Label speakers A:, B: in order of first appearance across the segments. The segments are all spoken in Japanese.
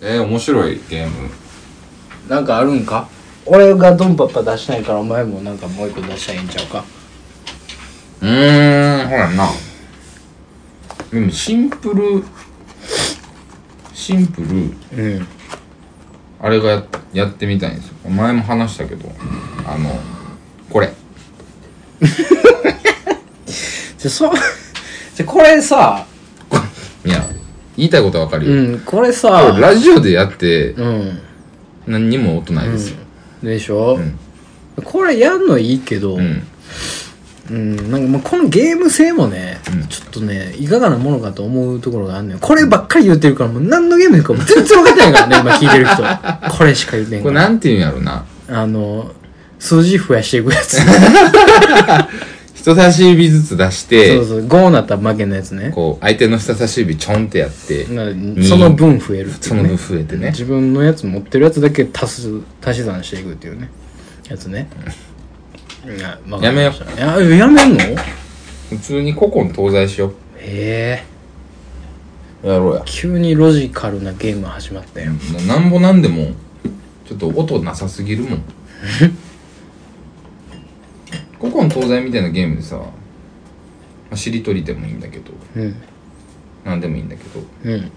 A: えー、面白いゲーム。
B: なんかあるんか俺がドンパッパ出したいからお前もなんかもう一個出したらええんちゃうか
A: うーん、ほらな。でも、シンプル、シンプル、
B: うん
A: あれがややってみたいんですよ。前も話したけど、あの、これ。
B: じゃそ じゃこれさ
A: いや、言いたいことはわかるよ。
B: うんこれさ
A: これラジオでやって、
B: うん
A: 何にも音ないですよ。
B: でしょ、
A: ん
B: これやんのいいけど、
A: うん。
B: うん、なんかまあこのゲーム性もね、
A: うん
B: ちょっとね、いかがなものかと思うところがあんのよ。こればっかり言ってるから、もう何のゲームでかも全然分かってない からね、今聞いてる人。これしか言ってん
A: こ
B: か
A: れな
B: ら。
A: んていうんやろな。
B: あの、数字増やしていくや つ。
A: 人差し指ずつ出して、
B: そうそう、5になったら負けのやつね。
A: こう、相手の人差し指ちょんってやって、
B: なその分増えるってい
A: そうの
B: ね
A: 分増えてね。
B: 自分のやつ持ってるやつだけ足す、足し算していくっていうね。やつね。いや、わかりましたいや、やめんのへ
A: 普通に古今東西しよ
B: え。
A: う。やろうや。
B: 急にロジカルなゲーム始まったよ。
A: ななんぼなんでも、ちょっと音なさすぎるもん。古今東西みたいなゲームでさ、まあしりとりでもいいんだけど、
B: うん。
A: なんでもいいんだけど、
B: うん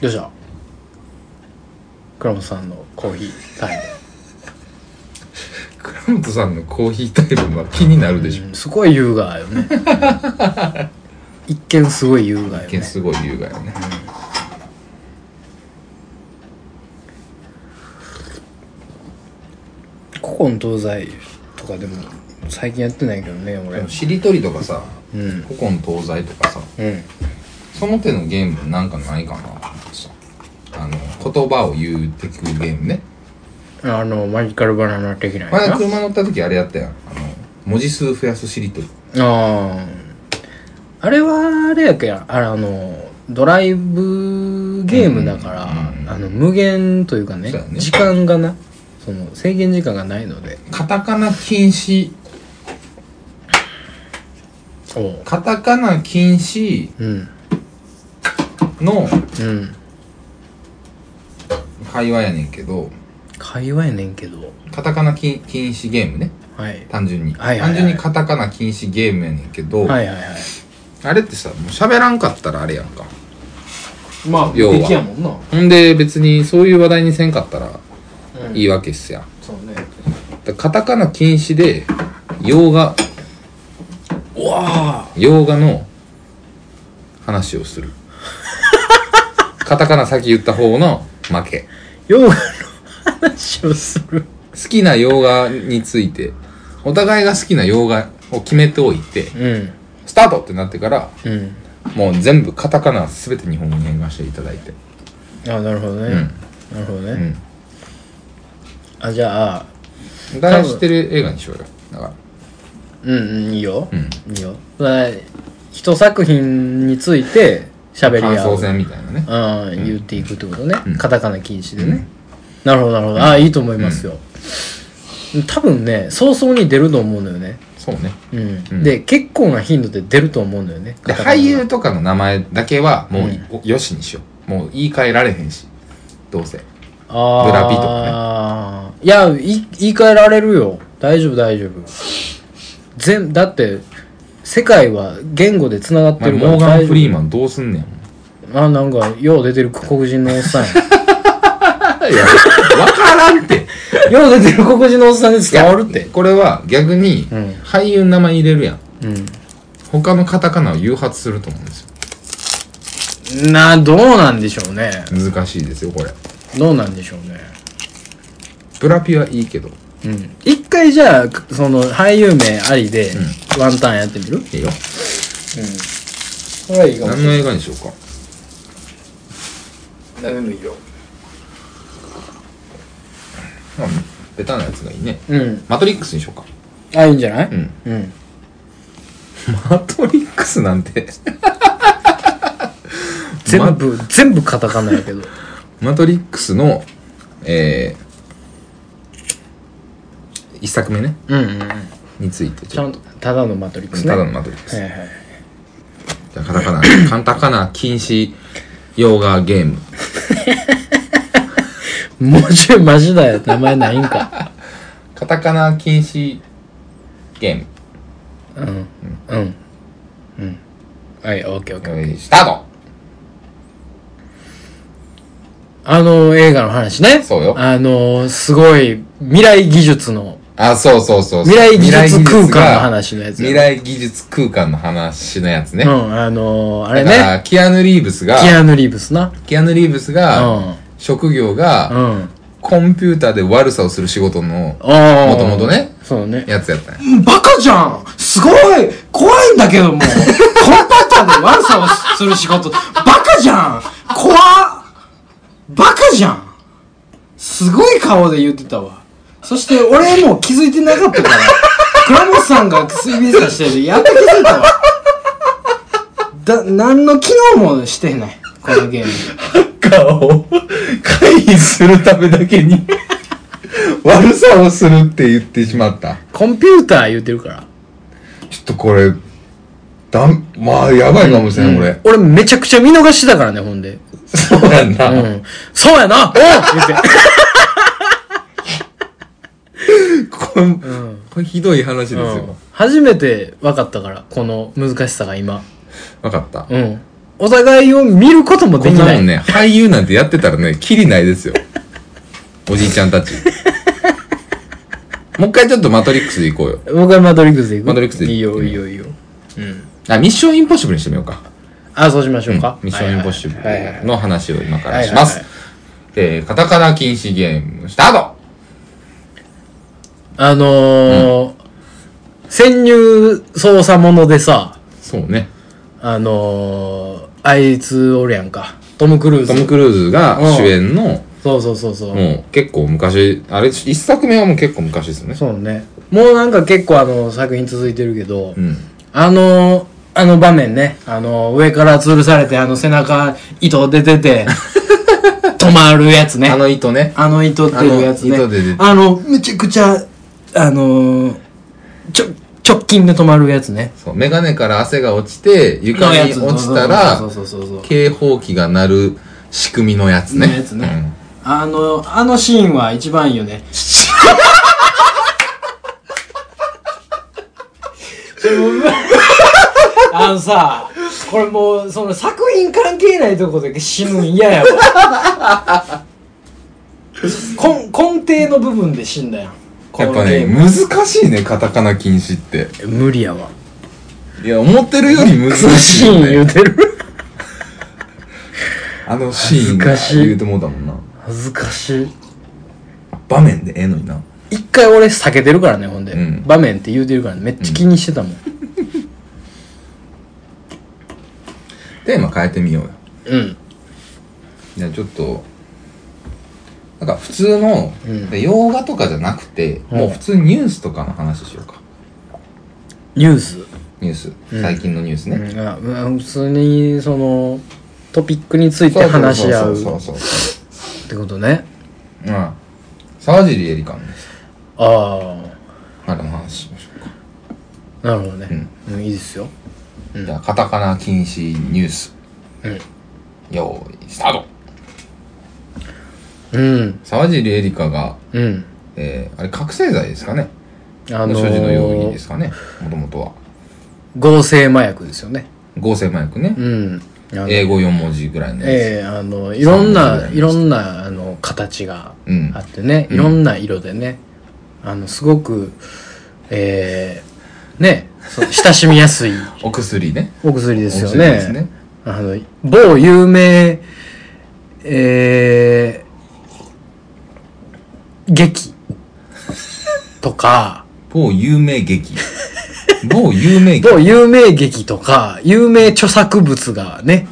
B: どうした倉本さんのコーヒータイ
A: 倉本さんのコーヒータイムは気になるでしょ。
B: ム、うん、すごい優雅よね一見すごい優雅よ
A: 一見
B: ね
A: すごい優雅よね。
B: 古今東西とかでも最近やってないけどね俺
A: でもしりとりとかさ、
B: うん
A: 古今東西とかさ、
B: うん
A: その手のゲームなんかないかなと思ってさ。あの、言葉を言うてくゲームね。
B: あのマジカルバナナ的なやつ
A: 前
B: な
A: 車乗った時あれやったやん。あの、文字数増やすしりとり。
B: あああれはあれやけやあれあのドライブゲームだから、
A: うんうんうん
B: あの無限というかね
A: そうやね
B: 時間がなその制限時間がないので
A: カタカナ禁止、
B: おう
A: カタカナ禁止
B: うん
A: の
B: うん
A: 会話やねんけど、
B: 会話やねんけど、
A: カタカナ禁禁止ゲームね。
B: はい、
A: 単純に。
B: はいはいは
A: 単
B: い
A: 純にカタカナ禁止ゲームやねんけど、
B: はいはいは
A: あれってさ、もう喋らんかったらあれやんか。
B: いまあ
A: 要は
B: やもんな
A: ほんで別にそういう話題にせんかったら
B: うん
A: いいわけっすやん。
B: そうね
A: だカタカナ禁止で、洋画、
B: うわあ
A: 洋画の話をす る。カタカナ先言った方の負け。
B: ヨガの話をする
A: 好きな洋画について、お互いが好きな洋画を決めておいて、
B: うん
A: スタートってなってから、
B: うん
A: もう全部カタカナすべて日本語に変換していただいて。
B: あなるほどね、なるほどね、
A: うん。
B: あじゃあ
A: お互い知ってる映画にしようよ。だから。
B: うんうんいいよ、
A: うん。
B: いいよまあ一作品について喋り
A: 感
B: 合
A: 想
B: う
A: 戦みたいなね。
B: うん言っていくってことね、
A: ん
B: カタカナ禁止でね、なるほどなるほど、ああいいと思いますよ、多分ね早々に出ると思うのよね
A: そうね。
B: うん、
A: うん
B: で結構な頻度で出ると思うんだよね
A: で、
B: カタカナ
A: 俳優とかの名前だけはもうい、およしにしよう。もう言い換えられへんし。どうせ。
B: あー
A: ブラピと
B: いやい言い換えられるよ大丈夫大丈夫全だって世界は言語でつながっ
A: お前
B: てるか
A: モ
B: ら
A: ーガン・
B: 大
A: フ
B: 丈
A: リーマンどうすんねん。
B: 夫あなんかよう出てる黒人のおっさんや
A: いや、わからんって。
B: よう出てる黒人のおっさんで伝わるって
A: これは逆に
B: うん、
A: 俳優の名前入れるやん。
B: う
A: 他のカタカナを誘発すると思うんですよ。
B: んなどうなんでしょうね
A: 難しいですよ、これ。
B: どうなんでしょうね
A: ブラピはいいけど。
B: うん一回じゃあその俳優名ありでワンタンやってみる、
A: いいよ。
B: それはいいか
A: 何の映画にしようか。
B: 何でもいいよ
A: まあ、ベタなやつがいいね。
B: うん
A: マトリックスにしようか。
B: あいいんじゃない
A: うん。
B: うん
A: マトリックスなんて
B: 全部、全部カタカナやけど。
A: マトリックスの、えー、一作目ね、
B: うんうんうん。
A: について
B: ちゃ
A: ん
B: んと、ただのマトリックスね。
A: ただ
B: は
A: のマトリックス。
B: いはい。
A: じゃあカタカナ、カタカナ禁止洋画ゲーム。
B: もうちょいマジだよ。名前ないんか。
A: カタカナ禁止ゲーム。
B: うん。うん。うん。はい、オッケーオッケー。
A: スタート
B: あの、映画の話ね。
A: そうよ
B: あの、すごい、未来技術の、
A: あ、そうそうそうそう。
B: 未来技術空間の
A: 話
B: 話のやつ。
A: 未来技術空間の話のやつね。
B: うん、あの、あれ
A: だか
B: ね。
A: ら、キアヌ・リーブスが、
B: キアヌ・リーブスな。
A: キアヌ・リーブス
B: う
A: が、
B: ん。
A: 職業
B: う
A: が、
B: ん。
A: コンピューターで悪さをする仕事の
B: ああ。
A: もともとね
B: そうね。
A: やつやったんや
B: バカじゃんすごい怖いんだけど もコンピューターで悪さをする仕事バカじゃん怖っバカじゃんすごい顔で言ってたわそして俺もう気づいてなかったから倉本さんが薬指さしてるやっと気づいたわだ何の機能もしてないこのゲーム
A: 顔を回避するためだけ に悪さをするって言ってしまった
B: コンピューター言ってるから
A: ちょっとこれだんまあやばいかもしれない、こ
B: 俺めちゃくちゃ見逃してたからねほんで
A: れそうやんな、
B: うんそうやな言って
A: これこれひどい話ですよ、
B: うん初めて分かったからこの難しさが今
A: 分かった、
B: うんお互いを見ることも
A: こ
B: で
A: ん
B: き
A: な
B: ない
A: もんね俳優なんてやってたらねキリないですよ おじいちゃんたちもう一回ちょっとマトリックスでいこうよ
B: 僕はマトリックスでいく
A: マトリックスでいい
B: いいよいいよいいようん
A: あミッションインポッシブルにしてみようか
B: あそうしましょうか、
A: ミッションインポッシブ
B: はいはいはい
A: ルの話を今からします
B: はい。
A: えーカタカナ禁止ゲーム、スタート
B: あのー潜入捜査者でさ
A: そうね。
B: あのー、あいつおるやんかトム・クルー
A: トム・
B: ズ
A: クルーズが主演の、
B: そうそうそうそう、
A: もう結構昔、あれ、一作目はもう結構昔ですよね。
B: そうねもうなんか結構あの作品続いてるけど、
A: うん。
B: あのー、あの場面ね、あのー、上から吊るされて、あの背中、糸出て て、止まるやつね。
A: あ
B: あの、
A: の糸ね。
B: 糸っていうやつね。
A: あの糸で出て
B: あの、めちゃくちゃ、あのー、ちょ、直近で止まるやつね。
A: そう、メガネから汗が落ちて、床
B: のや
A: に
B: つ
A: 落ちたら
B: そ、うそうそうそうそう。
A: 警報器が鳴る仕組みのやつね。
B: のやつねあの、あのシーンは一番いいよ ね。あのさ、これもう、その作品関係ないとこで死ぬん嫌やわ。根根底の部分で死んだやん。
A: うん。やっぱね、難しいね、カタカナ禁止って。
B: 無理やわ。
A: いや、思ってるより難し
B: シ
A: い
B: ー
A: よ
B: ン言
A: ね。
B: うてる。
A: あのシーンが
B: 難しい
A: 言うてもうたもんな。
B: 恥ずかしい。
A: 場面でええのにな。
B: 一回俺避けてるからね、ほんで。
A: うん
B: 場面って言うてるからね、めっちゃ気にしてたもん。
A: テーマ変えてみようよ。
B: うん。
A: じゃあちょっと、なんか普通の、
B: うん
A: で洋画とかじゃなくて、
B: うん
A: もう普通にニュースとかの話しようか。
B: ニュース。
A: ニュース。
B: うん
A: 最近のニュースね。
B: うんあまあ普通にそのトピックについて話し合う
A: そう
B: っ
A: そうそうそ
B: てことね
A: う。うん。沢尻エリカのニュース。
B: あ
A: あれの話しましょうか。
B: あなるほどね、うんいいですようん
A: じゃあカタカナ禁止ニュース。
B: うん
A: よーい、スタート
B: うん
A: 沢尻エリカが、
B: うん
A: えー、あれ覚醒剤ですかね、
B: あ
A: の
B: の
A: 所持の容疑で
B: ー、
A: すかねもともとは。
B: 合成麻薬ですよね
A: 合成麻薬ね。
B: うんあの
A: 英語4文字ぐらいのやつ。
B: ええあのいろん
A: 三文字ぐらい
B: な
A: です
B: いろんなあの形が
A: うん
B: あ。ってね、
A: うん
B: いろんな色でねあのすごくえー、ねそう親しみやすい
A: お薬ね。
B: お薬ですよ
A: お薬ですね
B: あの、某有名、えー、劇と か、
A: 某有名劇。 某有名劇。
B: 某有名劇とか、有名著作物がね、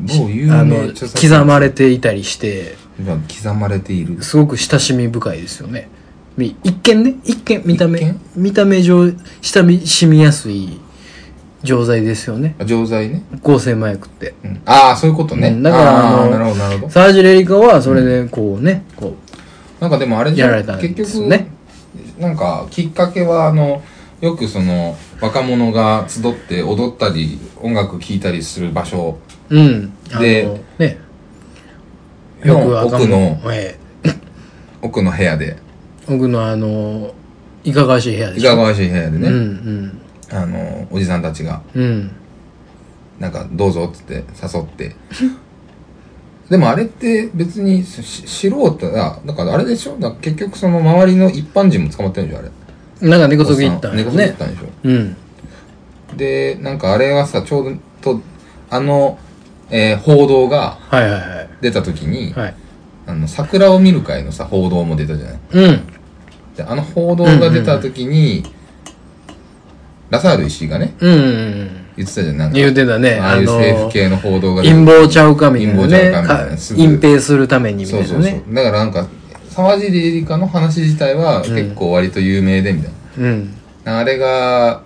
A: 某有
B: あ
A: 名
B: の、
A: 著作
B: 刻まれていたりして、
A: 今刻まれている。
B: すごく親しみ深いですよね。み一見ね、一見、見た
A: 一
B: 目
A: 見、
B: 見た目上、親しみやすい錠剤ですよね。
A: あ錠剤ね。
B: 合成麻薬って。
A: うんああ、そういうことね。
B: うんだから
A: あー
B: あの
A: なるほど、なるほど。
B: サージュレリカはそれでこうね、こう、
A: なんかでもあれじゃん
B: やられたんで
A: 結
B: す
A: 局
B: よね
A: なんかきっかけはあの、よくその若者が集って踊ったり音楽聴いたりする場所
B: うん。
A: で
B: あのね、よくわかん
A: 奥の
B: え
A: 奥の部屋で
B: え奥のあのいかがわしい部屋で
A: い
B: しょ
A: かがわしい部屋でね、
B: うん
A: あのおじさんたちが
B: うんうん
A: なんかどうぞっつって誘って でもあれって別にしし素人だだからあれでしょだから結局その周りの一般人も捕まってるんでしょあれ
B: なんか根こそぎ
A: お
B: 行
A: っ
B: っ
A: さ
B: た
A: ん
B: んや
A: 猫背行
B: ね
A: ったんでしょ
B: うん
A: でなんかあれはさちょうどとあの、えー報道が
B: はいはいはい
A: 出た時に、
B: はい
A: あの桜を見る会のさ報道も出たじゃない
B: うん
A: であの報道が出た時に、ラサール石井がね
B: うんうん
A: 言ってたじゃんなんか
B: 言うてたね
A: ああいう
B: あの
A: 政府系の報道が出て
B: 陰謀ちゃうかみたいな
A: 陰謀ちゃう
B: ね
A: かみたいな
B: か
A: すぐ
B: 隠蔽するためにみた
A: そう
B: い
A: そ
B: な
A: うそう
B: ね
A: だからなんか沢尻エリカの話自体は結構割と有名でみたい
B: うん
A: な、あれが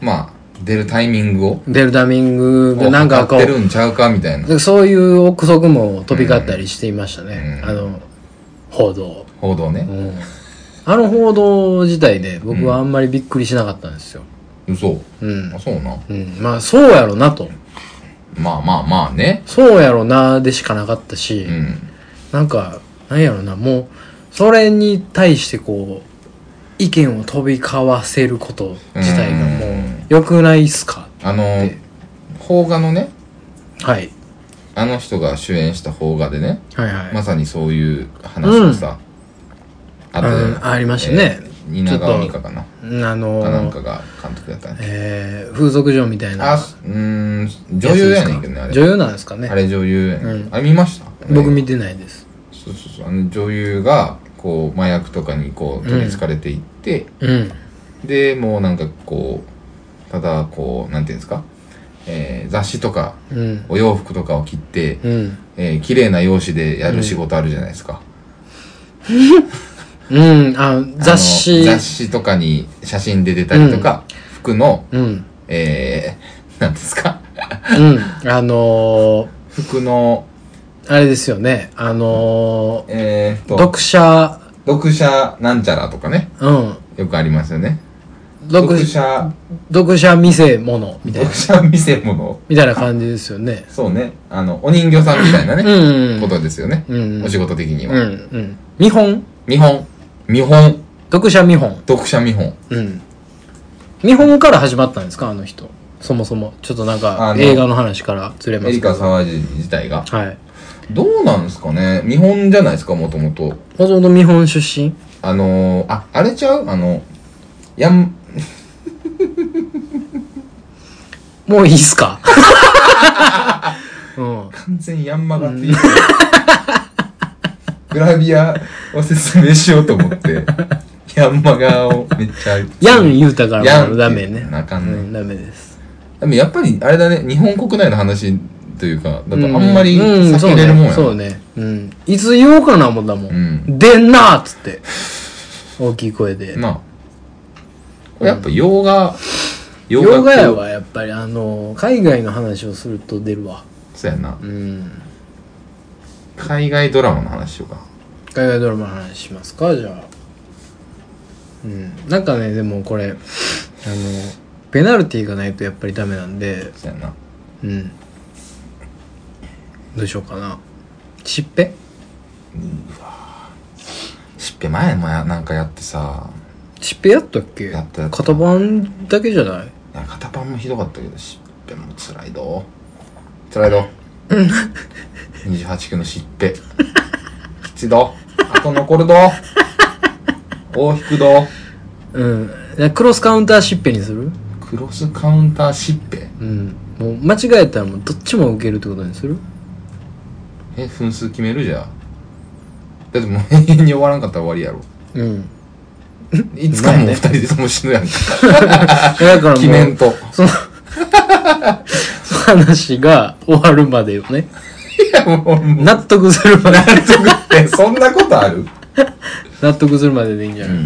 A: まあ出るタイミングを
B: 出るタイミングがなんかこ
A: 測って
B: う
A: るんちゃうかみたいな
B: そういう憶測も飛び交ったりしていましたね、
A: うん
B: あの報道、
A: 報道ね、
B: うんあの報道自体で僕はあんまりびっくりしなかったんですよ
A: 嘘
B: うん
A: あ、、そうな
B: うん、まあそうやろなと
A: まあまあまあね
B: そうやろなでしかなかったし、
A: うん
B: なんかなんやろなもうそれに対してこう意見を飛び交わせること自体がもう
A: うん
B: 良くないっすか
A: あの邦画のね
B: はい
A: あの人が主演した邦画でね
B: はいはい、
A: まさにそういう話をさ、あったじゃない
B: うんありましたね
A: えー蜷川美香かな
B: うんあの
A: かなんかが監督やったね
B: えー、風俗嬢みたいな
A: あうーん女優やねんけどねあ
B: や
A: れ
B: つですか女優なんですかね
A: あれ女優やね、
B: うん
A: あれ見ました
B: 僕見てないです
A: そうそうそうあの女優がこう麻薬とかにこう取りつかれていって、
B: うん
A: でもうなんかこうただこうなんていうんですか、えー雑誌とか
B: うん
A: お洋服とかを切って、
B: うん
A: えー綺麗な容姿でやる仕事あるじゃないですか、
B: うんあ
A: あの
B: 雑誌
A: 雑誌とかに写真で出たりとか、服の
B: うん
A: えー、なんですか
B: うんあの
A: 服の
B: ー、あれですよねあのー
A: えー、っと
B: 読者
A: 読者なんちゃらとかね
B: うん
A: よくありますよね
B: 読
A: 読者
B: 読者見せ物みたいな
A: 読者見せ物
B: みたいな感じですよね
A: そうねあのお人形さんみたいな
B: う
A: ね、
B: ん
A: ことですよね、
B: うん
A: お仕事的に
B: うんう
A: は、
B: ん見本
A: 見本見本
B: 読者見本
A: 読者見本
B: うん見本から始まったんですかあの人そもそもちょっとなん
A: あ
B: か
A: の
B: 映画の話からずれま
A: エ
B: す
A: リ
B: けど
A: カ・サワジ自体が
B: はい
A: どうなんですかね見本じゃないですかもともと
B: もともと見本出身
A: あのー、あ、あれちゃうあの、やん、
B: もういいっ すか うん。
A: 完全ヤンマがって いう。グラビアを説明しようと思 って、ヤンマがをめっちゃ。
B: ヤン言うたか
A: ヤン
B: らも
A: って
B: うダメね。
A: あかんね
B: うんダメです。
A: でもやっぱり、あれだね、日本国内の話というか、だとあんまり
B: う
A: 避けれるもんやな
B: そうね。そうねうん。いつ言おうかな思ったも。
A: うんん。
B: でんなーっつって。大きい声で。
A: なあ。これやっぱ洋画、洋
B: 洋画や
A: わ。
B: はやっぱりあの、海外の話をすると出るわ。
A: そうやな
B: う。ん。
A: 海外ドラマの話しようか。
B: 海外ドラマの話しますかじゃあ。うん。なんかね、でもこれ、あの、ペナルティーがないとやっぱりダメなんで、
A: そうやな。
B: うん。どうしようかな。しっぺ
A: しっぺ前もやなんかやってさ、
B: しっぺやったっけ
A: やったやった
B: 型番だけじゃない
A: いや片パンもひどかったけどしっぺもつらいどつらいど28区のしっぺきちどあと残るど大引くど
B: うん。でクロスカウンターしっぺにする
A: クロスカウンターしっぺ
B: うん。もう間違えたらもうどっちも受けるってことにする
A: え分数決めるじゃんだってもう永遠に終わらんかったら終わりやろ
B: うん。
A: いつかもう二人でとも死ぬ やんか
B: だからもう、
A: 記念と
B: その、その話が終わるまでをね。
A: いやもうもう
B: 納得するまで。
A: え そんなことある
B: 納得するまででいいんじゃない、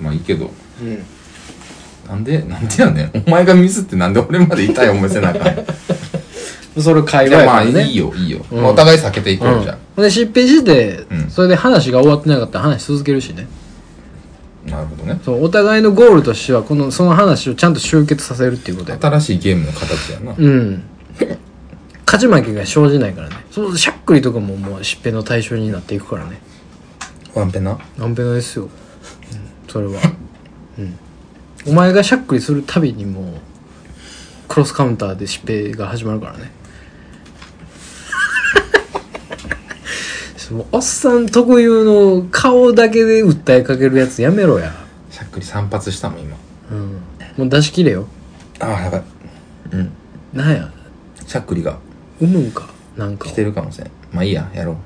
A: まあいいけど
B: うん
A: なんでなんでやねんお前がミスってなんで俺まで痛い思いせなあか ん
B: それ会
A: い
B: 話
A: や
B: や
A: ま
B: か
A: あ
B: ら
A: い
B: ね。
A: いよいいよ、
B: うん
A: お互い避けていこう、じゃ
B: うん。で、疾病して、
A: うん
B: それで話が終わってなかったら話続けるしね。
A: あなるほどね
B: そう、お互いのゴールとしては、この、その話をちゃんと集結させるっていうことやから
A: 新しいゲームの形やな、
B: うん。勝ち負けが生じないからねそうしゃっくりとかももう疾病の対象になっていくからね
A: ワンペナ
B: アンペナですよ、うん、それはうんお前がしゃっくりするたびにもうクロスカウンターで疾病が始まるからね もうおっさん特有の顔だけで訴えかけるやつやめろや
A: しゃっくり散発したもん今
B: うんもう出し切れよ
A: ああやばいうん
B: なんや
A: しゃっくりが
B: うむんかなんかを
A: 来てるかもしれんまあいいややろう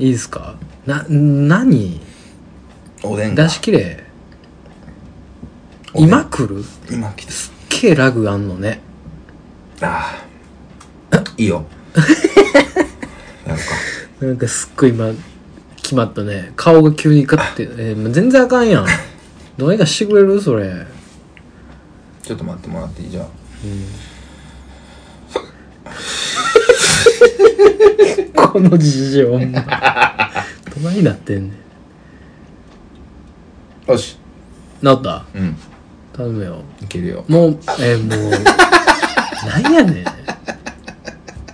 B: いいですかな何
A: おでんが
B: 出し切れ
A: おでん
B: 今来る
A: 今来て
B: すっげえラグあんのね
A: ああ いい よやるか
B: なんかすっごい今決まったね顔が急にカッて、えーもう全然あかんやんどうにかしてくれるそれ
A: ちょっと待ってもらっていいじゃあ
B: この事情ほんまどないなってんねん
A: よし
B: 治った
A: うん
B: 頼むよ
A: いけるよ
B: もうえーもうなんやねん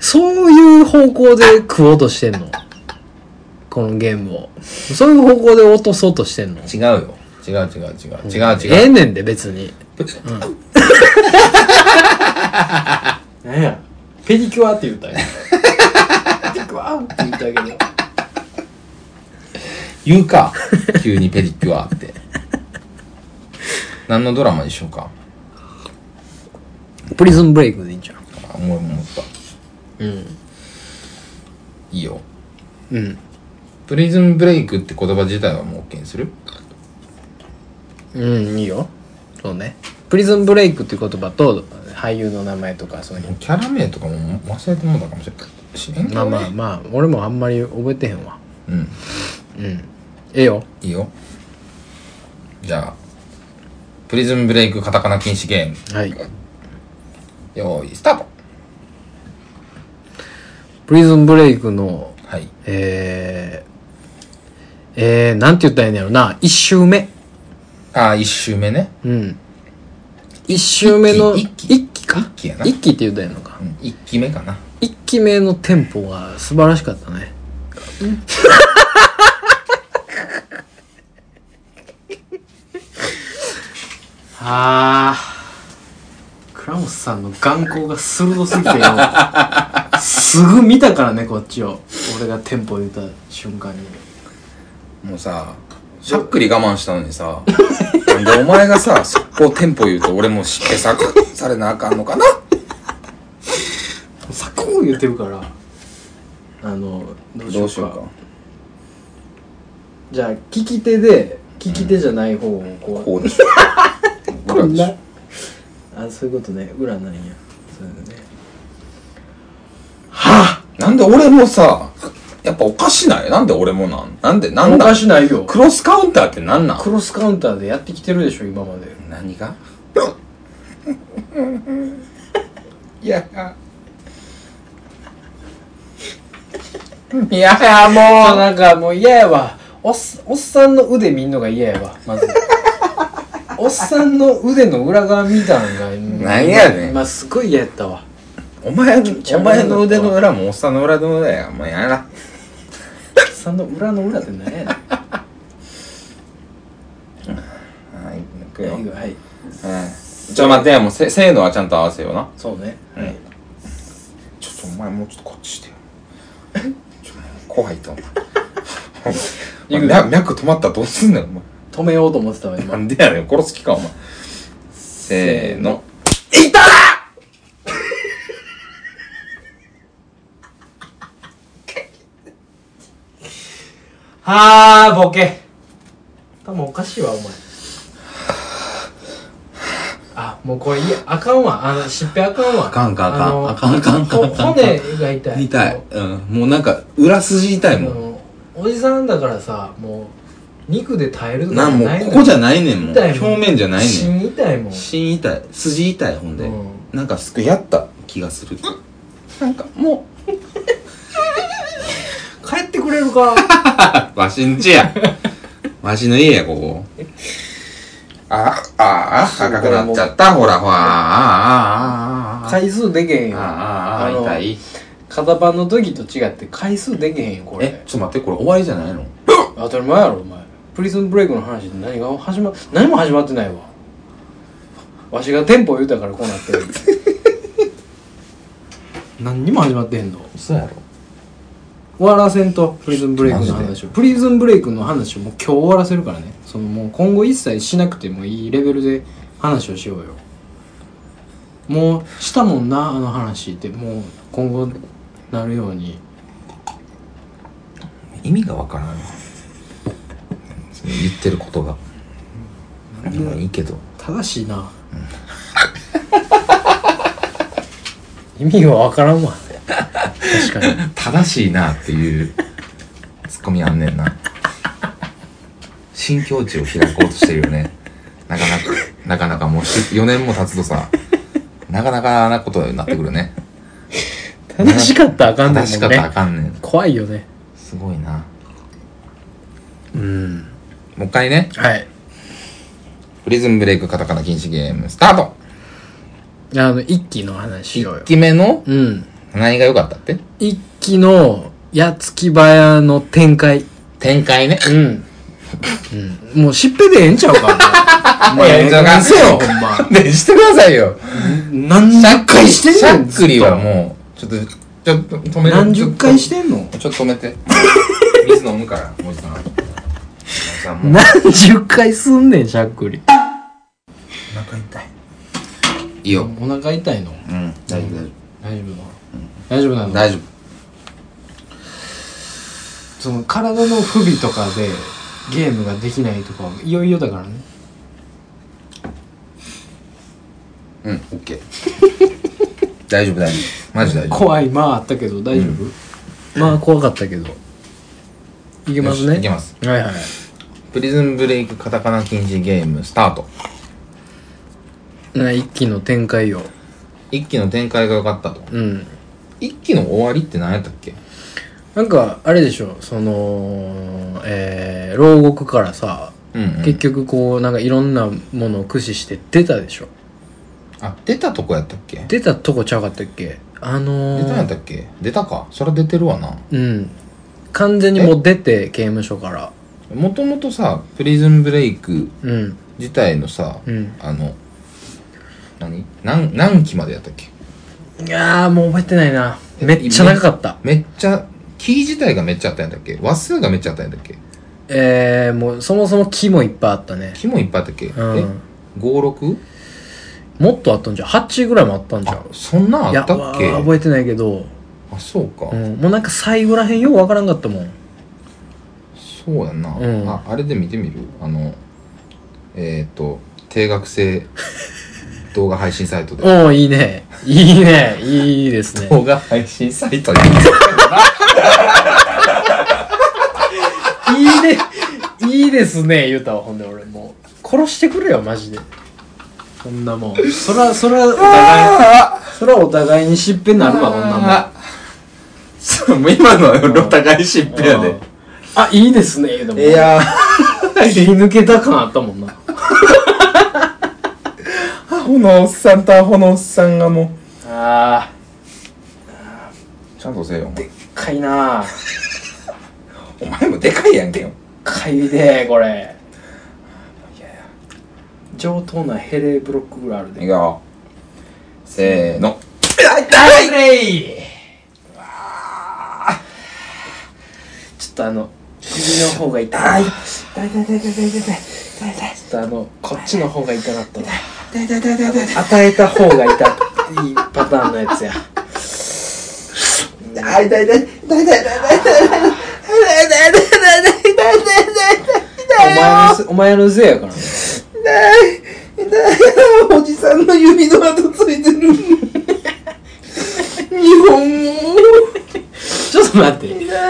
B: そういう方向で食おうとしてんのこのゲームをそういう方向で落とそうとしてんの
A: 違うよ違う違う違う違う
B: え
A: 違
B: え
A: う
B: ねんで別に
C: 何やペディキュアって言うたんやペディキュアって言ったけど
A: 言うか急にペディキュア って何のドラマでしょうか
B: プリズンブレイクでいいんじゃん
A: あ思い思った
B: うん
A: いいよ
B: うん
A: プリズムブレイクって言葉自体はもう OK にする
B: うんいいよそうねプリズンブレイクっていう言葉と俳優の名前とかそういうの
A: キャラ名とかも忘れてもうたかもしれんしねんけ
B: まあ
A: どね
B: まあまあ俺もあんまり覚えてへんわ
A: うん
B: うんええよ
A: いいよじゃあプリズムブレイクカタカナ禁止ゲーム
B: はい
A: よーいスタート
B: プリズンブレイクの
A: はい
B: えー、えー、なんて言ったらいいんやろな一周目
A: ああ1周目ね
B: うん一周目の
A: 一期
B: 一期か
A: 一期やな
B: 一期って言ったらいいのか
A: うん、1期目かな
B: 一期目のテンポが素晴らしかったね
C: あー倉本さんの眼光が鋭すぎてよすぐ見たからねこっちを俺がテンポ言った瞬間に
A: もうさしゃっくり我慢したのにさなんでお前が さ速攻テンポ言うと俺も失敗さされなあかんのかな
C: サクッ言ってるからあのどうしようかじゃあ聞き手で聞き手じゃない方をこう、
A: こうでしょ
C: こんな
A: 裏でし
C: あそういうことね裏なんやそういうのね
A: ょなんで俺もさやっぱおかしないなんで俺もなんなんでなん
C: お
A: だ
C: かしないよ
A: クロスカウンターってなんなん
C: クロスカウンターでやってきてるでしょ今まで
A: 何が いやいやいや
C: あ
A: もう
C: なんかもう嫌やわおっすおっさんの腕見んのが嫌やわ まずおっさんの腕の裏側見たんが
A: なんやねん
C: まあすごい嫌やったわ
A: お前
C: ちゃ
A: お
C: う
A: 前の腕の裏もおっさんの裏の裏やもうやな
C: おっさんの裏の裏って何やねんは
A: はい行く
C: い
A: よ、
C: はい
A: じゃあ待ってやもうせせーのはちゃんと合わせような
C: そうね、はい
A: ちょっとお前もうちょっとこっちしてよ ちょっと怖いと 思うお前脈脈止まったらどうすんねんお前
C: 止めようと思ってたわ今
A: なんでやねん殺す気かお前せーの
C: はあボケ頭おかしいわお前あもうこれいやあかんわあの疾病あかんわあ
A: かんかんあかん
C: の
A: あかんあかんあかんあかん
C: ほ骨が痛い
A: 痛いうんもうなんか裏筋痛い
C: あ
A: もん
C: のおじさんだからさもう肉で耐えると
A: な
C: か
A: んもう
C: ないの
A: ここじゃないねんもん
C: 痛い
A: 表
C: もん
A: 面じゃないねん
C: 芯痛いもん
A: 芯痛い筋痛いほんで、
C: うん
A: なんかすくやった気がするなんかもう
C: 帰ってくれるか
A: あわしんちやわしの家やここあああ赤くなっちゃったほらほらあああああああ
B: 回数でけへんよ
D: あーあー
B: の
D: 痛い
B: 型番の時と違って回数でけへんよこれ
D: えちょっと待ってこれ終わりじゃないの
B: 当たり前やろお前プリズンブレイクの話で何が始ま何も始まってないわわしがテンポ言うたからこうなってる
C: 何にも始まってへんの
A: そうやろ
C: 終わらせんとプリズンブレイクの話をプリズンブレイクの話をもう今日終わらせるからねそのもう今後一切しなくてもいいレベルで話をしようよもうしたもんなあの話ってもう今後なるように
A: 意味がわからんその言ってることがまあいいけど
C: 正しいな
B: 意味がわからんわ確かに
A: 正しいなっていうツッコミあんねんな新境地を開こうとしてるよねなかなかなかなかもう4年も経つとさなかなかなことになってくるね
B: 正しかったらあかんね
A: 正
B: ん
A: し
B: も
A: か
B: ん
A: ったらあ
B: ね
A: かんねん
B: 怖いよね
A: すごいな
B: うん
A: もう一回ね
B: はい
A: プリズムブレイクカタカナ禁止ゲームスタート
B: あの一期の話しようよ
A: 1期目の
B: うん
A: 何が良かったって
B: 一期のやっつき早の展開
A: 展開ね
B: うん、うん、もうしっぺでええんちゃ うかお前
A: ええんちゃうか
B: せよほんま
A: でしてくださいよ
C: 何十回して
A: しゃ
C: んねん
A: っくりはもうちょっとちょっと止める
C: 何十回しててんの
A: ちょっと止め て水飲むからおじさんおじさんもう
B: 何十回すんねんしゃっくり
C: お腹痛い
A: いいよ
C: お腹痛いの
A: うん大丈夫
C: 大丈夫なの大丈夫なの
A: 大丈夫大丈夫
C: その体の不備とかでゲームができないとかいよいよだからね
A: うんオッケー 大丈夫大丈夫マジ大丈夫
C: 怖いまああったけど大丈夫、
B: まあ怖かったけどいけます
A: よ
B: ね
A: しいきます
B: はいはい
A: プリズムブレイクカタカナ禁止ゲームスタート
B: な一期の展開を
A: 一期の展開が良かったと
B: うん
A: 一期の終わりって何やったっけ
B: なんかあれでしょそのえー、牢獄からさ、
A: うん、うん、
B: 結局こうなんかいろんなものを駆使して出たでしょ
A: あ出たとこやったっけ
B: 出たとこちゃうかったっけあのー、
A: 出たんやったっけ出たかそれ出てるわな
B: うん完全にもう出て刑務所から
A: もともとさプリズムブレイク
B: うん
A: 自体のさ、
B: うん
A: あの何何何期までやったっけ
B: いやーもう覚えてないなめっちゃ長かった
A: めっちゃキー自体がめっちゃあったんやったっけ話数がめっちゃあったんやったっけ
B: えー、もうそもそも木もいっぱいあったね
A: 木もいっぱいあったっけ、
B: うん
A: え 56?
B: もっとあったんじゃん8ぐらいもあったんじゃ
A: あ
B: ん
A: そんなんあったっ
B: い
A: け
B: やわ覚えてないけど、
A: あそうか、
B: うん、もうなんか最後らへんようわからんかったもん
A: そうやんな、
B: うん
A: ああれで見てみるあのえっ、ー、と定額制動画配信サイ トで
B: おおいいねいいねいいですね
A: 動画配信サイト で
B: いいねいいですね言うたわほんで俺もう殺してくれよマジで
C: そんなもんそらそらお互いそらお互いにしっぺになるわこんなもんあ
D: そうもう今のはお互い失敗やで
B: あいいですね言うたもん
D: いやー
B: 切り抜けた感あったもんな
A: アホのおっさんとアホのおっさんがも
B: あ
A: うちゃんとせえよお前
B: ーかいなー
A: お前もでかいやんけよ
B: かいでこれいやいや上等なヘレブロックぐらいある
A: いくよせーの
B: 痛いちょっとあの指の方が痛い痛い痛い痛い痛い痛い痛いちょっとあのこっちの方が痛かったな与えた方が痛いいいパターンのやつやお前のせお前のせいやからね
A: おじさんの指の跡ついてる日本
C: ちょっと待って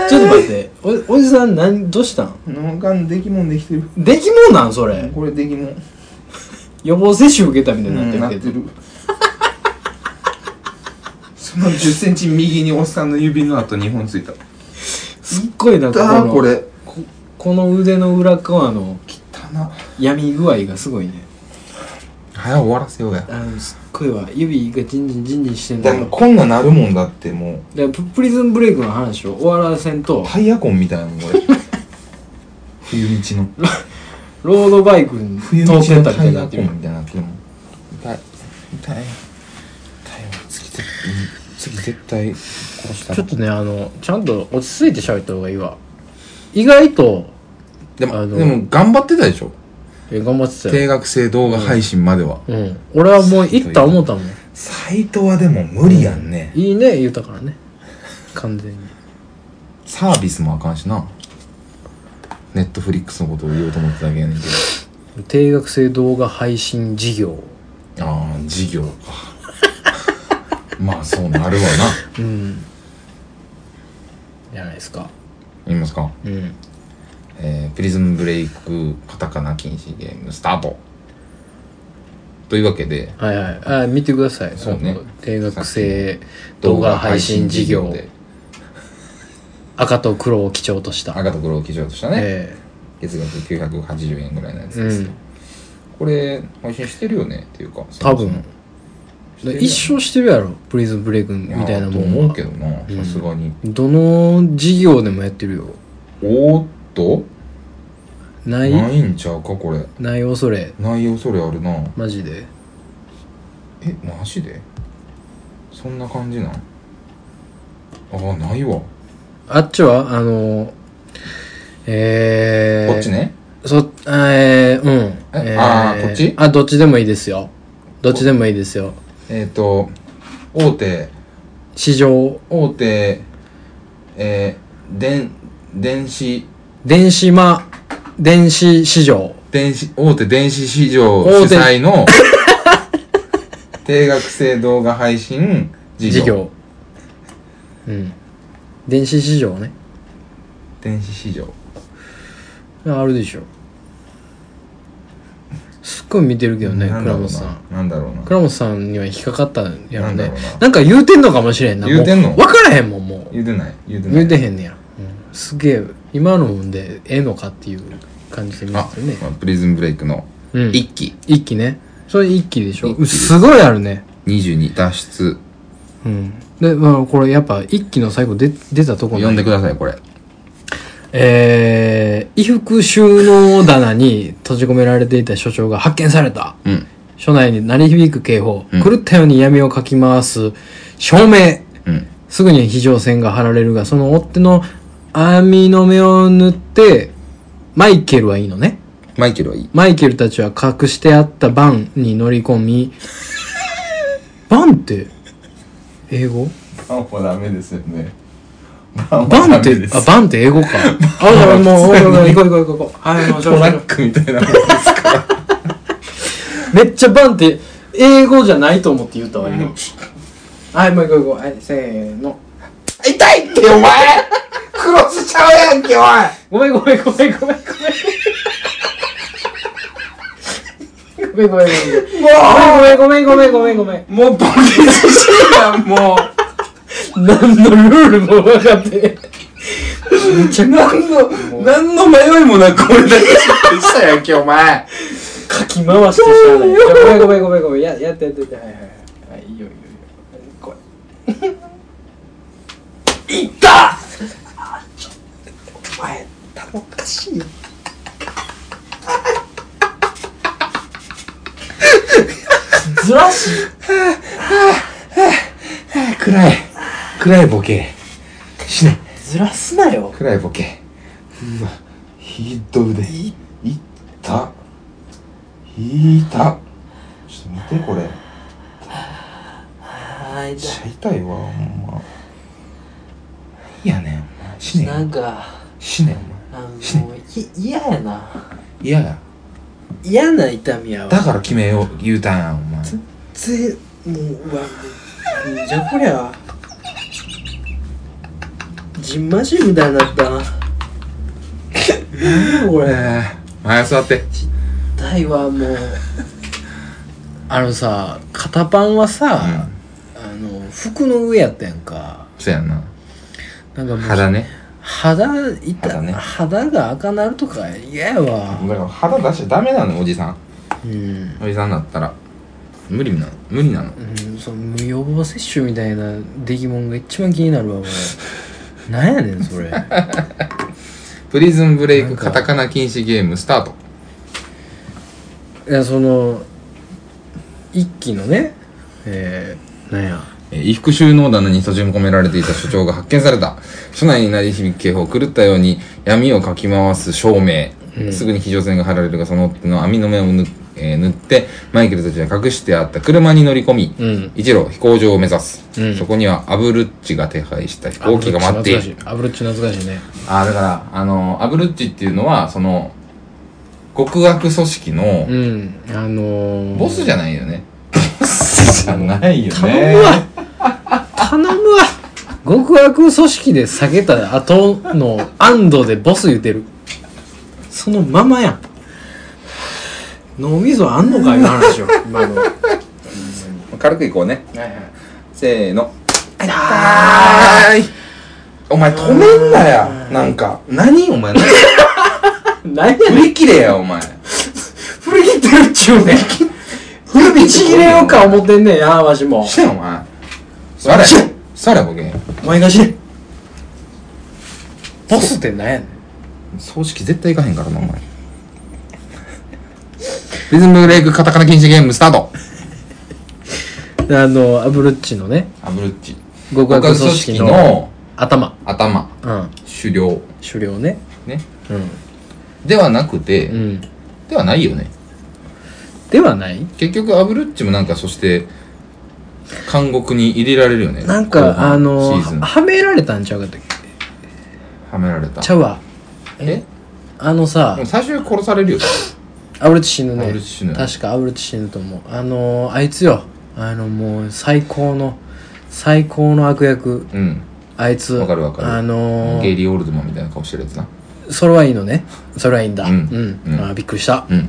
C: ちょっと待っておおじさん何どうしたん
A: 脳幹できもんできてる
C: できもんなんそれ
A: これできもん
C: 予防接種受けたみたいに
A: な
C: な
A: っ
C: って
A: て
C: るけど、
A: るその1 0ンチ右におっさんの指の跡2本ついた
C: すっごいなんか
A: だ
C: この
A: これ
C: ここの腕の裏側の
A: たな
C: 闇具合がすごいね
A: あ早終わらせようや。
C: あのすっごいわ指がジンジンジンジンしてんだ
A: だからこんなんなるもんだっても
C: でププリズンブレイクの話を終わらせん
A: う、
C: と
A: タイヤ痕みたいなもん、こ れ。冬道の。
C: ロードバイクに
A: 冬
C: 通
A: 道
C: って
A: の
C: たみ
A: タ
C: たい
A: イ
C: に
A: ヤ
C: なってる
A: 痕みたいになってるもん。痛い。痛い。痛いわ。次絶対、次絶対殺した
B: ちょ
A: ろ
B: っとねあのちゃんと落ち着いて喋った方がいいわ意外と
A: で
B: あ
A: も、
B: の
A: でも頑張ってたでしょ
B: え頑張ってた
A: 定
B: よ、
A: 額制動画配信までは。
B: うん、俺はもう行った思ったもん
A: サイトはでも無理やんね。
B: いいね言うたからね完全に
A: サービスもあかんしな。ネットフリックスのことを言おうと思っただけやねんけ
B: 定額制動画配信事業
A: ど。ああ、事業か。 まあそうなるわ
B: うんじゃないですか
A: な。いますか。
B: うん
A: えー、プリズムブレイク、カタカナ禁止ゲーム、スタート。というわけで、
B: はいはいあ見てください
A: そうね
B: あの定額制動画配信事業
A: で、
B: 赤と黒を基調とした、
A: 赤と黒を基調としたね、
B: え
A: 月額980円ぐらいのやつ
B: え
A: です。
B: うん
A: これ、配信してるよねっていうか、そ
B: 多
A: もそも
B: 分
A: してるよね
B: 一生してるやろプリズムブレイクみたいなも
A: やと
B: ん
A: 思う
B: は
A: けどな、さすがに。
B: どの事業でもやってるよ
A: おーっと
B: な
A: ないいんちゃうかこれ
B: ない恐れ
A: ない恐れあるな
B: マジで
A: えマジでそんな感じなんあーないわ、
B: あっちはあのえー、
A: こっちね
B: そえー、うん
A: え
B: え
A: あーこっち
B: あどっちでもいいですよどっちでもいいですよ
A: えっ、ー、と大手
B: 市場
A: 大手えー、電電子
B: 電子マ電子市場
A: 電子大手電子市場
B: 大手
A: 主催の 定額制動画配信事業
B: 事業うん電子市場ね
A: 電子市場
B: あるでしょすっごい見てるけどね
A: なんだ
B: 倉
A: ろうな
B: 本さん
A: なんだろうな
B: 倉本さんには引っかかったんやろ
A: なんだ
B: ね
A: ろうな
B: なんか言うてんのかもしれんな
A: 言うてんの
B: も分からへんもんもう
A: 言うてない言うてない
B: 言うてへんねや、うん、すげえ今のもんでええのかっていう感じで見
A: あ
B: てるね、
A: まあプリズムブレイクの
B: うん、
A: 一期
B: 一期ねそれ一期でしょ
A: 一期です
B: すごいあるね
A: 22脱出
B: うんで、まあ、これやっぱ一期の最後で出たとこ
A: 読んでく
B: だ
A: ださいこれ
B: えー、衣服収納棚に閉じ込められていた所長が発見された
A: うん
B: 署内に鳴り響く警報、
A: うん
B: 狂ったように闇をかき回す照明
A: うん
B: すぐに非常線が張られるがその追っ手の網の目を塗ってマイケルはいいのね
A: マイケルはいい
B: マイケルたちは隠してあったバンに乗り込み、バンって、英語
D: パンもダメですよね。
B: バンって、あ、バンって英語か。あ、じゃあもう、おいおいおい行こう行こう行こう行こう。
C: はいもうち
D: ト
C: ょ
D: ラ
C: い
D: ックみたいな。
B: めっちゃバンって、英語じゃないと思って言ったわ、今。
C: はいもう行こう行こうはいせーの
D: 痛いってお前クロスしちゃうやんけおい
C: ごめんごめんごめんごめんごめんごめんごめんごめんごめんごめんごめんごめんごめん
D: もうボケ自信やんもう
C: 何のルールも分かって
D: 何の何の迷いもなく俺だけ失敗したやんけお前
C: かき回してしゃあないいやごめんごめんごめんごめんややってやってやってはいはいはいはいいいよいいよいいよこれ
D: いった
C: ずらし
A: 暗い暗いボケしない
C: ずらすなよ
A: 暗いボケうわひどいでいったひいたちょっと見てこれめっ
C: はい
A: ちゃ痛いわほんまいやねんお前死ね
C: なん
A: ん
C: か
A: 死ねんお前
C: なん
A: 死
C: か
A: ね
C: もうい嫌やない
A: やや
C: 嫌な痛みやわ
A: だから決めよう言うたんやんお前
C: ぜもううわもうじゃあこりゃじんまじみたいになったな
A: これ前座って
C: 台はもう
B: あのさ、肩パンはさ、あの、服の上やったやんか。
A: そうやんな
B: なんかもう、
A: 肌ね
B: 肌痛
A: 肌ね
B: 肌が赤なるとか嫌やわ。
A: だから肌出しちゃダメなのよおじさん
B: うん。
A: おじさんだったら無理なの無理なの
B: うん、その無予防接種みたいな出来物が一番気になるわ俺 なんやねんそれ
A: プリズンブレイ
B: な
A: ク
B: んか
A: カタカナ禁止ゲームスタート
B: いやその一期のねえー、なんや
A: えー衣服収納棚に閉じ込められていた所長が発見された。署内に鳴り響く警報、狂ったように闇をかき回す照明。すぐに非常線が張られるが、その手の網の目をぬ、えー塗って、マイケルたちが隠してあった車に乗り込み、
B: うん
A: 一路飛行場を目指す。
B: うん
A: そこにはアブルッチが手配した飛行機が待っている。
B: アブロッチ懐かしい懐かし
A: ああ、だから、あの、アブルッチっていうのは、その、極悪組織の
B: いねうんあのー、
A: ボスじゃないよね。ボスじゃないよ
B: 頼むわ頼むわ極悪組織で下げた後の安堵でボス言うてる
C: そのままやん脳みそあんのかいう話 よ今の
A: 軽くいこうね。せーの。お前止めんなや。なんか。何お前。何
C: 何や
A: 振り切れや、お前。
C: 振り切ってるっちゅ うねん振りちぎれようか思ってんねんやわしも
A: してん、お前。座れ。座れ、ボケ。
C: お前がしれ
B: ボスってなんやねん
A: 葬式絶対行かへんからな、お前。リズムブレイクカタカナ禁止ゲームスタート。
B: あのアブロッチのね
A: アブルッチ。
B: 極悪組織
A: 極悪組織
B: の
A: の
B: 頭
A: 頭、
B: うん
A: 狩猟。
B: 狩猟ね
A: ね。
B: う
A: ではなくて、
B: んうん
A: ではないよね。
B: ではない
A: 結局、アブルッチもなんか、そして、監獄に入れられるよね。
B: なん
A: 後
B: か
A: 半
B: あの
A: シーズン
B: は。はめられたんちゃうかったっけ
A: はめられた。
B: ちゃうわ
A: え
B: あのさ
A: もう最初に殺されるよ。
B: アブロッチ死ぬね
A: アブロッチ死ぬ
B: 確かアブロッチ死ぬと思うあのあいつよあのもう最高の最高の悪役
A: うん。
B: あいつ
A: わかるわかる。
B: あの
A: ゲイリー・オールドマンみたいな顔してるやつな。
B: それはいいのねそれはいいんだう
A: うん
B: ん、
A: うん
B: あーびっくりした
A: うん。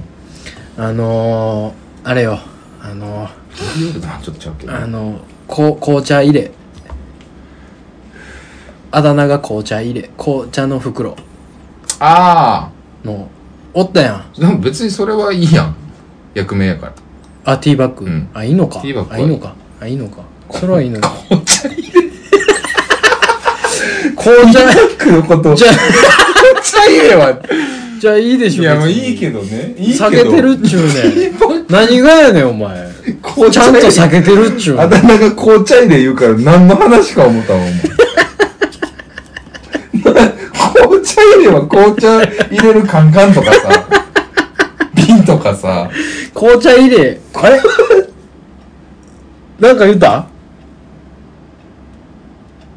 B: あのー、あれよあのー、
A: ゲイリー・オールドマンちょっとちゃうけど。
B: あのこ紅茶入れあだ名が紅茶入れ紅茶の袋
A: あ
B: のおったやん
A: ー。でも別にそれはいいやん。役名やから。
B: あティーバッグ、
A: うん
B: あいいのか
A: ティーバッグ
B: あいいのかあいい のかそれはいいのか
A: 紅茶入
B: 紅茶
A: れのこと。
B: じゃ
A: 紅茶入れは。
B: じゃあいいでしょ
A: いや、もう
B: 別に
A: いいけどね。いいけど。
B: 下げてるっちゅうねん何がやねんお前
A: 紅
B: ちゃんと下げてるっちゅうねん
A: あだ名が紅茶入れ言うから何の話か思ったわ、お前。紅茶入れは紅茶入れるカンカンとかさ、瓶とかさ、
B: 紅茶入れあ れなんか言った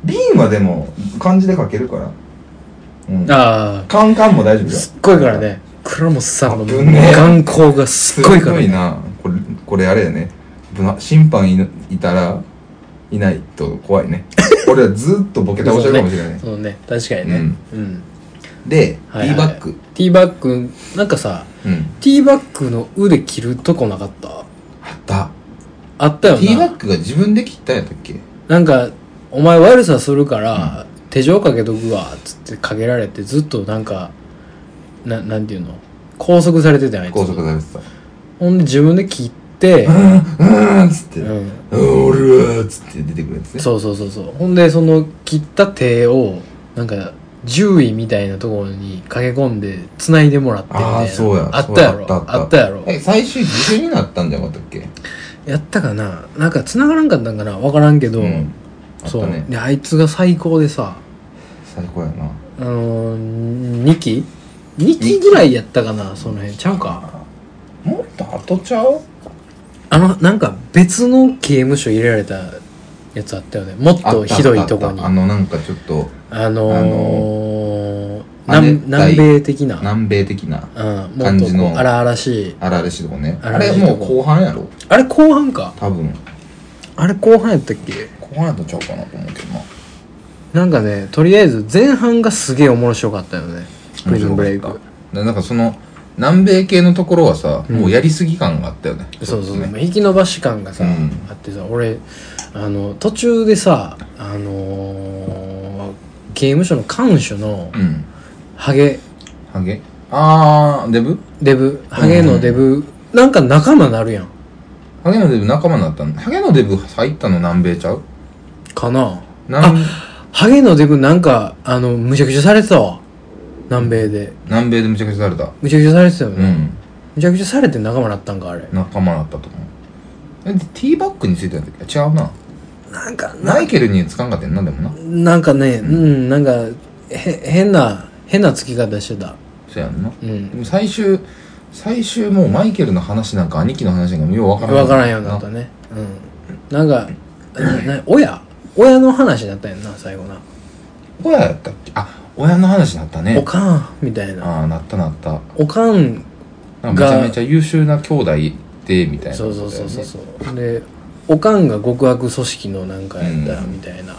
A: 瓶はでも漢字で書けるから。うん。
B: ああ
A: カンカンも大丈夫よ。
B: すっごいからね倉本さんの
A: 危ねえ
B: 眼光がすっごいからね
A: な。これ、これあれやね。ぶな審判いないたら、いないと怖 いね。俺はずっとボケ倒してるかもしれない。
B: そうね確かにねうん、
A: で、テ
B: はい
A: ィ
B: はい
A: ーバッグ。
B: ティーバッグなんかさ
A: うん。
B: ティーバッグの腕切るとこなかった
A: あった。
B: あったよ
A: ティーバ
B: な
A: ッグが自分で切ったんやったっけ
B: なんかお前悪さするから、手錠かけとくわっつってかけられてずっとなんかななんていうの拘束されてたやんあいつ
A: 高速されてた。
B: ほんで自分で切って、
A: うん、うん、つって。うん
B: うん、
A: 俺は、つって出てくるやつね。
B: そうそうそうそうほんでその切った手をなんか獣医みたいなところに駆け込んで繋いでもらってみたいな
A: ああ、そうや。
B: あったや
A: そう
B: ろ
A: や
B: あ
A: あったた、あ
B: っ
A: った。
B: やろ
A: え、最終自主になったんじゃなかったっけ
B: やったかななんか繋がらんかったんかなわからんけど、
A: うん。あっ
B: そ
A: た
B: う、
A: ね。
B: であいつが最高でさ
A: 最高やな。
B: あのー、2期2期ぐらいやったかなその辺ちゃうか
A: もっと後ちゃう
B: あのなんか別の刑務所入れられたやつあったよねもっ
A: あ
B: と
A: った
B: ひどいと
A: あ
B: こに
A: ったあったあのなんかちょっと
B: あの
A: あ
B: ー
A: 亜熱
B: 南
A: 帯
B: 南米的な
A: 南米的な
B: うん、もっ
A: 感
B: と
A: じの
B: こう荒々しい
A: 荒々しいとこねあ
B: 荒々
A: れ
B: しいとこ
A: もう後半やろ
B: あれ後半か
A: 多分
B: あれ後半やったっけ
A: 後半やとちゃうかなと思うけどな
B: なんかねとりあえず前半がすげえ面白かったよねプリズンブレイ
A: 面
B: ク
A: 白かったでなんかその南米系のところはさ、
B: うん
A: もうやりすぎ感があったよね
B: そうそうそう、
A: ね
B: 引き延ばし感がさ、
A: うん
B: あってさ俺あの途中でさあのー、刑務所の看守の
A: うん
B: ハゲ
A: ハゲあーデブ
B: デブハゲのデブ、なんか仲間なるやん
A: ハゲのデブ仲間になったのハゲのデブ入ったの南米ちゃう
B: かな
A: 南
B: ハゲのデブなんか、あの、むちゃくちゃされてたわ。南米で。
A: 南米でむちゃくちゃされた
B: むちゃくちゃされてたよ
A: う
B: ね。
A: ん
B: むちゃくちゃされて仲間になったんか、あれ。
A: 仲間だったと思うえでティーバッグについてたんだっけ違うな
B: なんか、な、
A: マイケルにつかんかってんなでもな
B: なんかね、うん、なんか、へ、変な、変なつき方してた。
A: そうやんな
B: うん
A: で。も最終最終もうマイケルの話なんか兄貴の話なんかようわからん
B: わからんようになったね。うん。なんか、な、な親親の話だったやんな、最後な。
A: 親やったっけあ親の話になった
B: お
A: ね
B: かん、みたいな。
A: ああなったなった
B: おかん、
A: なんかめちゃめちゃ優秀な兄弟でみたいな
B: そ
A: こ
B: う
A: とだ
B: そ
A: よ
B: う
A: ね
B: そうそうそう。で、おかんが極悪組織のなんかやった、みたいな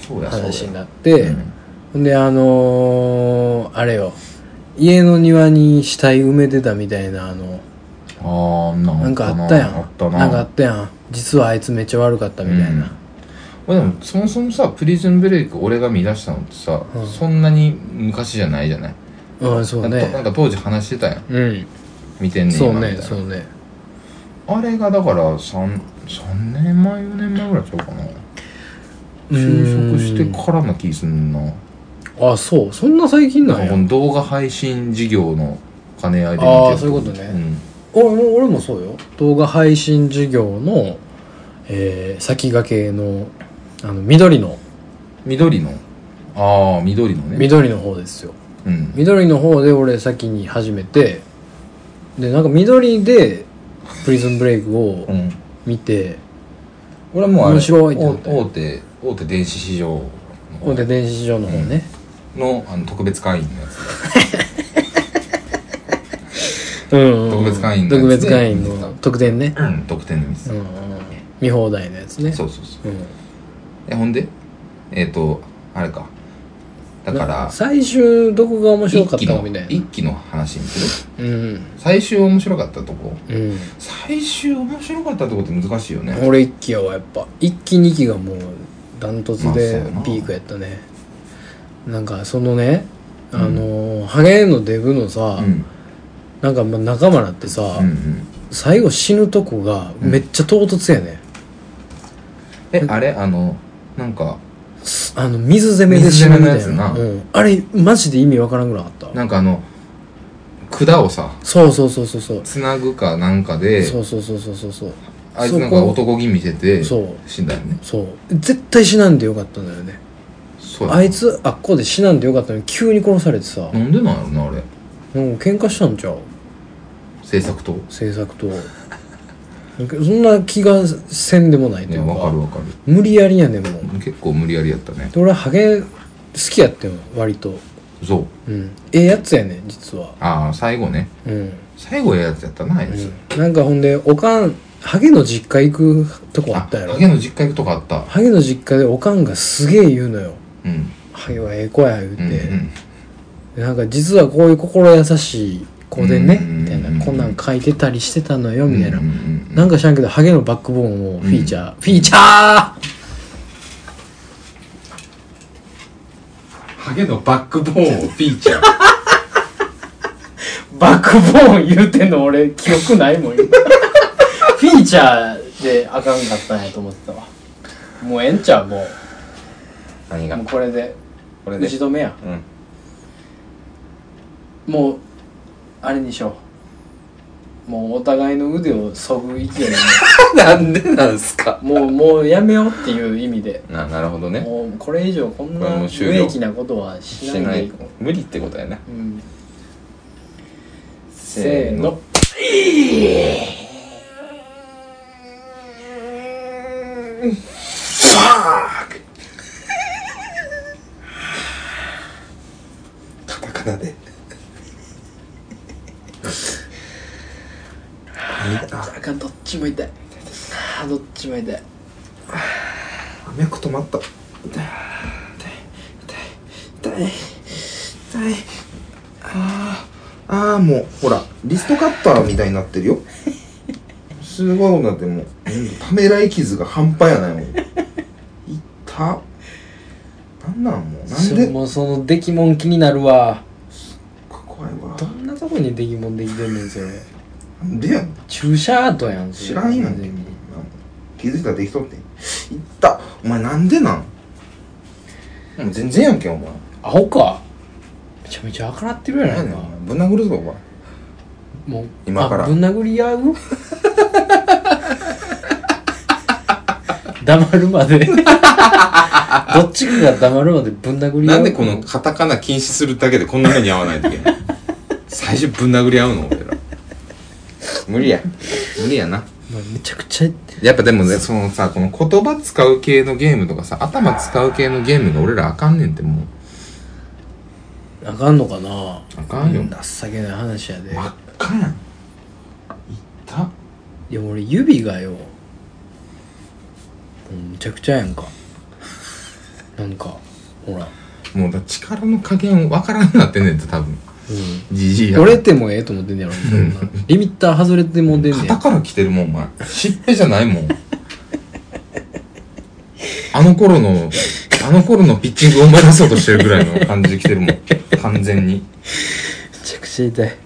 A: そうやそうや
B: 話になっ
A: う
B: て
A: ん、
B: で、あのー、あれよ。家の庭に死体埋めてたみたいな、あの、
A: ああな
B: なんかあったやん。
A: あったな
B: なんかあったやん。実はあいつめっちゃ悪かったみたいな。
A: まあでもそもそもさプリズンブレイク俺が見出したのってさ、
B: うん
A: そんなに昔じゃないじゃない
B: うん、そ
A: な
B: う
A: んかなん
B: ね。
A: か当時話してたやん
B: うん。
A: 見てんねん
B: そう
A: 今み
B: ね、
A: たいな
B: そうね。
A: あれがだから 3, 三年前4年前ぐらいちゃうかな
B: うー
A: 就
B: ん
A: 職してからな気すんな
B: あ、そう。そんな最近
A: な
B: なんん
A: か
B: や
A: こ。の動画配信事業の兼ね合いで見てる
B: あーそういうことね
A: ん
B: 俺も俺もそうよ動画配信事業の、えー先駆けのあの緑の
A: 緑のああ緑のね
B: 緑の方ですよ
A: うん
B: 緑の方で俺先に始めてでなんか緑でプリズンブレイクを
A: うん
B: 見て、
A: 俺はもうあれ
B: 面白いってな
A: 大
B: った
A: 大手大手電子市場の
B: ほんで電子市場の方ね、
A: のあの特別会員のやつ
B: うんうんうん
A: 特別会員のや
B: 特
A: つね
B: 別会員の特典ね、
A: うん特典の店
B: うんうん、見放題のやつね
A: そうそうそう
B: うん、
A: えほんでえっ、とあれかだから
B: 最終どこが面白か
A: 一
B: っ
A: 期
B: た
A: の
B: みたい
A: 一
B: な
A: 期の話にする
B: うん
A: 最終面白かったとこ
B: うん
A: 最終面白かったとこって難しいよね
B: 俺一期はやっぱ一期二期がもうダントツ
A: まあそう
B: で
A: やな
B: ピークやったね、なんかそのねあのーハゲのデブのさ、
A: うん
B: なんかまあ仲間なってさ、
A: うんうん
B: 最後死ぬとこがめっちゃ唐突やね、
A: えあれあのなんか
B: あの水攻めで死ぬみたい
A: 水攻めの
B: な
A: やつな
B: うん、あれマジで意味わからんくなかった
A: なんかあの管をさ
B: そうそうそうそうそう
A: つなぐかなんかで
B: そうそうそうそうそうそう
A: あいつなんか
B: そこ
A: 男気見せて
B: そう
A: 死んだよね
B: そう絶対死なんでよかったんだよね
A: そうやな
B: あいつあっこで死なんでよかったのに急に殺されてさ、
A: なんでなんやろなあれ
B: なんか喧嘩したんちゃう
A: 制作と
B: 制作となんかそんな気がせんでもないとい
A: ね
B: うか
A: わかるわかる
B: 無理やりやねんもんで
A: 結構無理やりやったね
B: 俺はハゲ好きやってん割と、
A: そう
B: うん、ええやつやねん実は
A: ああ最後ね
B: うん、
A: 最後ええやつやったなあいつ、
B: うんなんかほんでおかんハゲの実家行くとこあ
A: あ
B: ったやろ
A: ハゲの実家行くとかあった
B: ハゲの実家でおかんがすげえ言うのよ
A: うん
B: ハゲはええ子や言うて、
A: うんうん
B: でなんか実はこういう心優しい子でね
A: うん
B: みたいなこんなん書いてたりしてたのよ
A: うん
B: みたいな
A: うんうん
B: なんか知らんけど、ハゲのバックボーンをフィーチャー、フィーチャー
D: ハゲのバックボーンをフィー チャー。
B: バックボーン言うてんの俺、記憶ない もん、今フィーチャーであかんかったんやと思ってたわ。もうええんちゃうも
A: 何
B: う。
A: が
B: もうこれで、
A: これ
B: 打
A: で
B: ち止めや。
A: うん
B: もう、あれにしよう。もうお互いの腕をそぐ勢いで、
A: なんでなんすか
B: もう、もうやめようっていう意味で。
A: ななるほどね
B: もうこれ以上こん
A: これ
B: な
A: も
B: 無
A: う終了
B: 益なことはし
A: し
B: な
A: ない
B: でい
A: い
B: こ
A: 無理ってことやな
B: う。うん。せ
A: せ
B: ー
A: ー
B: の
A: の。
D: カタカナ で。
B: あかんどっちも痛いあーどっちも痛い
D: アメコ止まった。痛い。痛い。痛い。痛い。ああ。ああ、もう、ほら、リストカッターみたいになってるよ。すごいことになって、もう、ほんとためらい傷が半端やないもん。痛っ。なんなんもう、なんで。
B: もうその出来もん気になるわ
D: 怖いわ
B: ど。んなとこに出来もんできてんねんそれ
D: なんでやん。
B: 注射跡やんそれ
D: 知らんやん
B: 完全に
D: 気づいたらできとっていったお前なんでなんもう全然やんけお前
B: アホかめちゃめちゃあからってるやない
D: 何や
B: か
D: ねんお前ぶん殴るぞお前
B: もう
D: 今から
B: あぶん殴り合う 黙るまで どっちかが黙るまでぶん殴り合う
A: なんでこのカタカナ禁止するだけでこんな目に遭わないといけない最初ぶん殴り合うの俺ら
D: 無理や無理やな
B: まあめちゃくちゃ
A: やっぱでもねそのさこの言葉使う系のゲームとかさ頭使う系のゲームが俺らあかんねんってもう
B: あかんのかな
A: あかんよ
B: 情けない話やで
A: 真っ赤やんいった
B: いや俺指がよもうむちゃくちゃやんかなんかほら、
A: もうだ力の加減わからんなってんねんって多分
B: う
A: じじい
B: ん、
A: や
B: 折れてもええと思ってんねやろそんなリミッター外れてもうてんね
A: 肩
B: や
A: から来てるもんお前しっぺじゃないもんあの頃のあの頃のピッチングを思い出そうとしてるぐらいの感じで来てるもん完全に
B: めちゃくちゃ痛い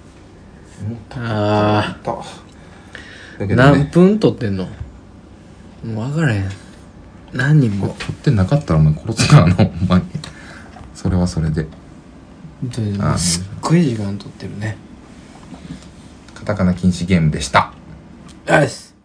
A: 思っ
B: あ
A: ただ
B: ー、
A: けど
B: 何
A: ね
B: 分撮ってんのもう分からへん何人も
A: 取ってなかったらお前殺すからなお前それはそれで
B: 本当に
A: あー
B: すっごい時間撮ってるね
A: カタカナ禁止ゲームでした
B: よし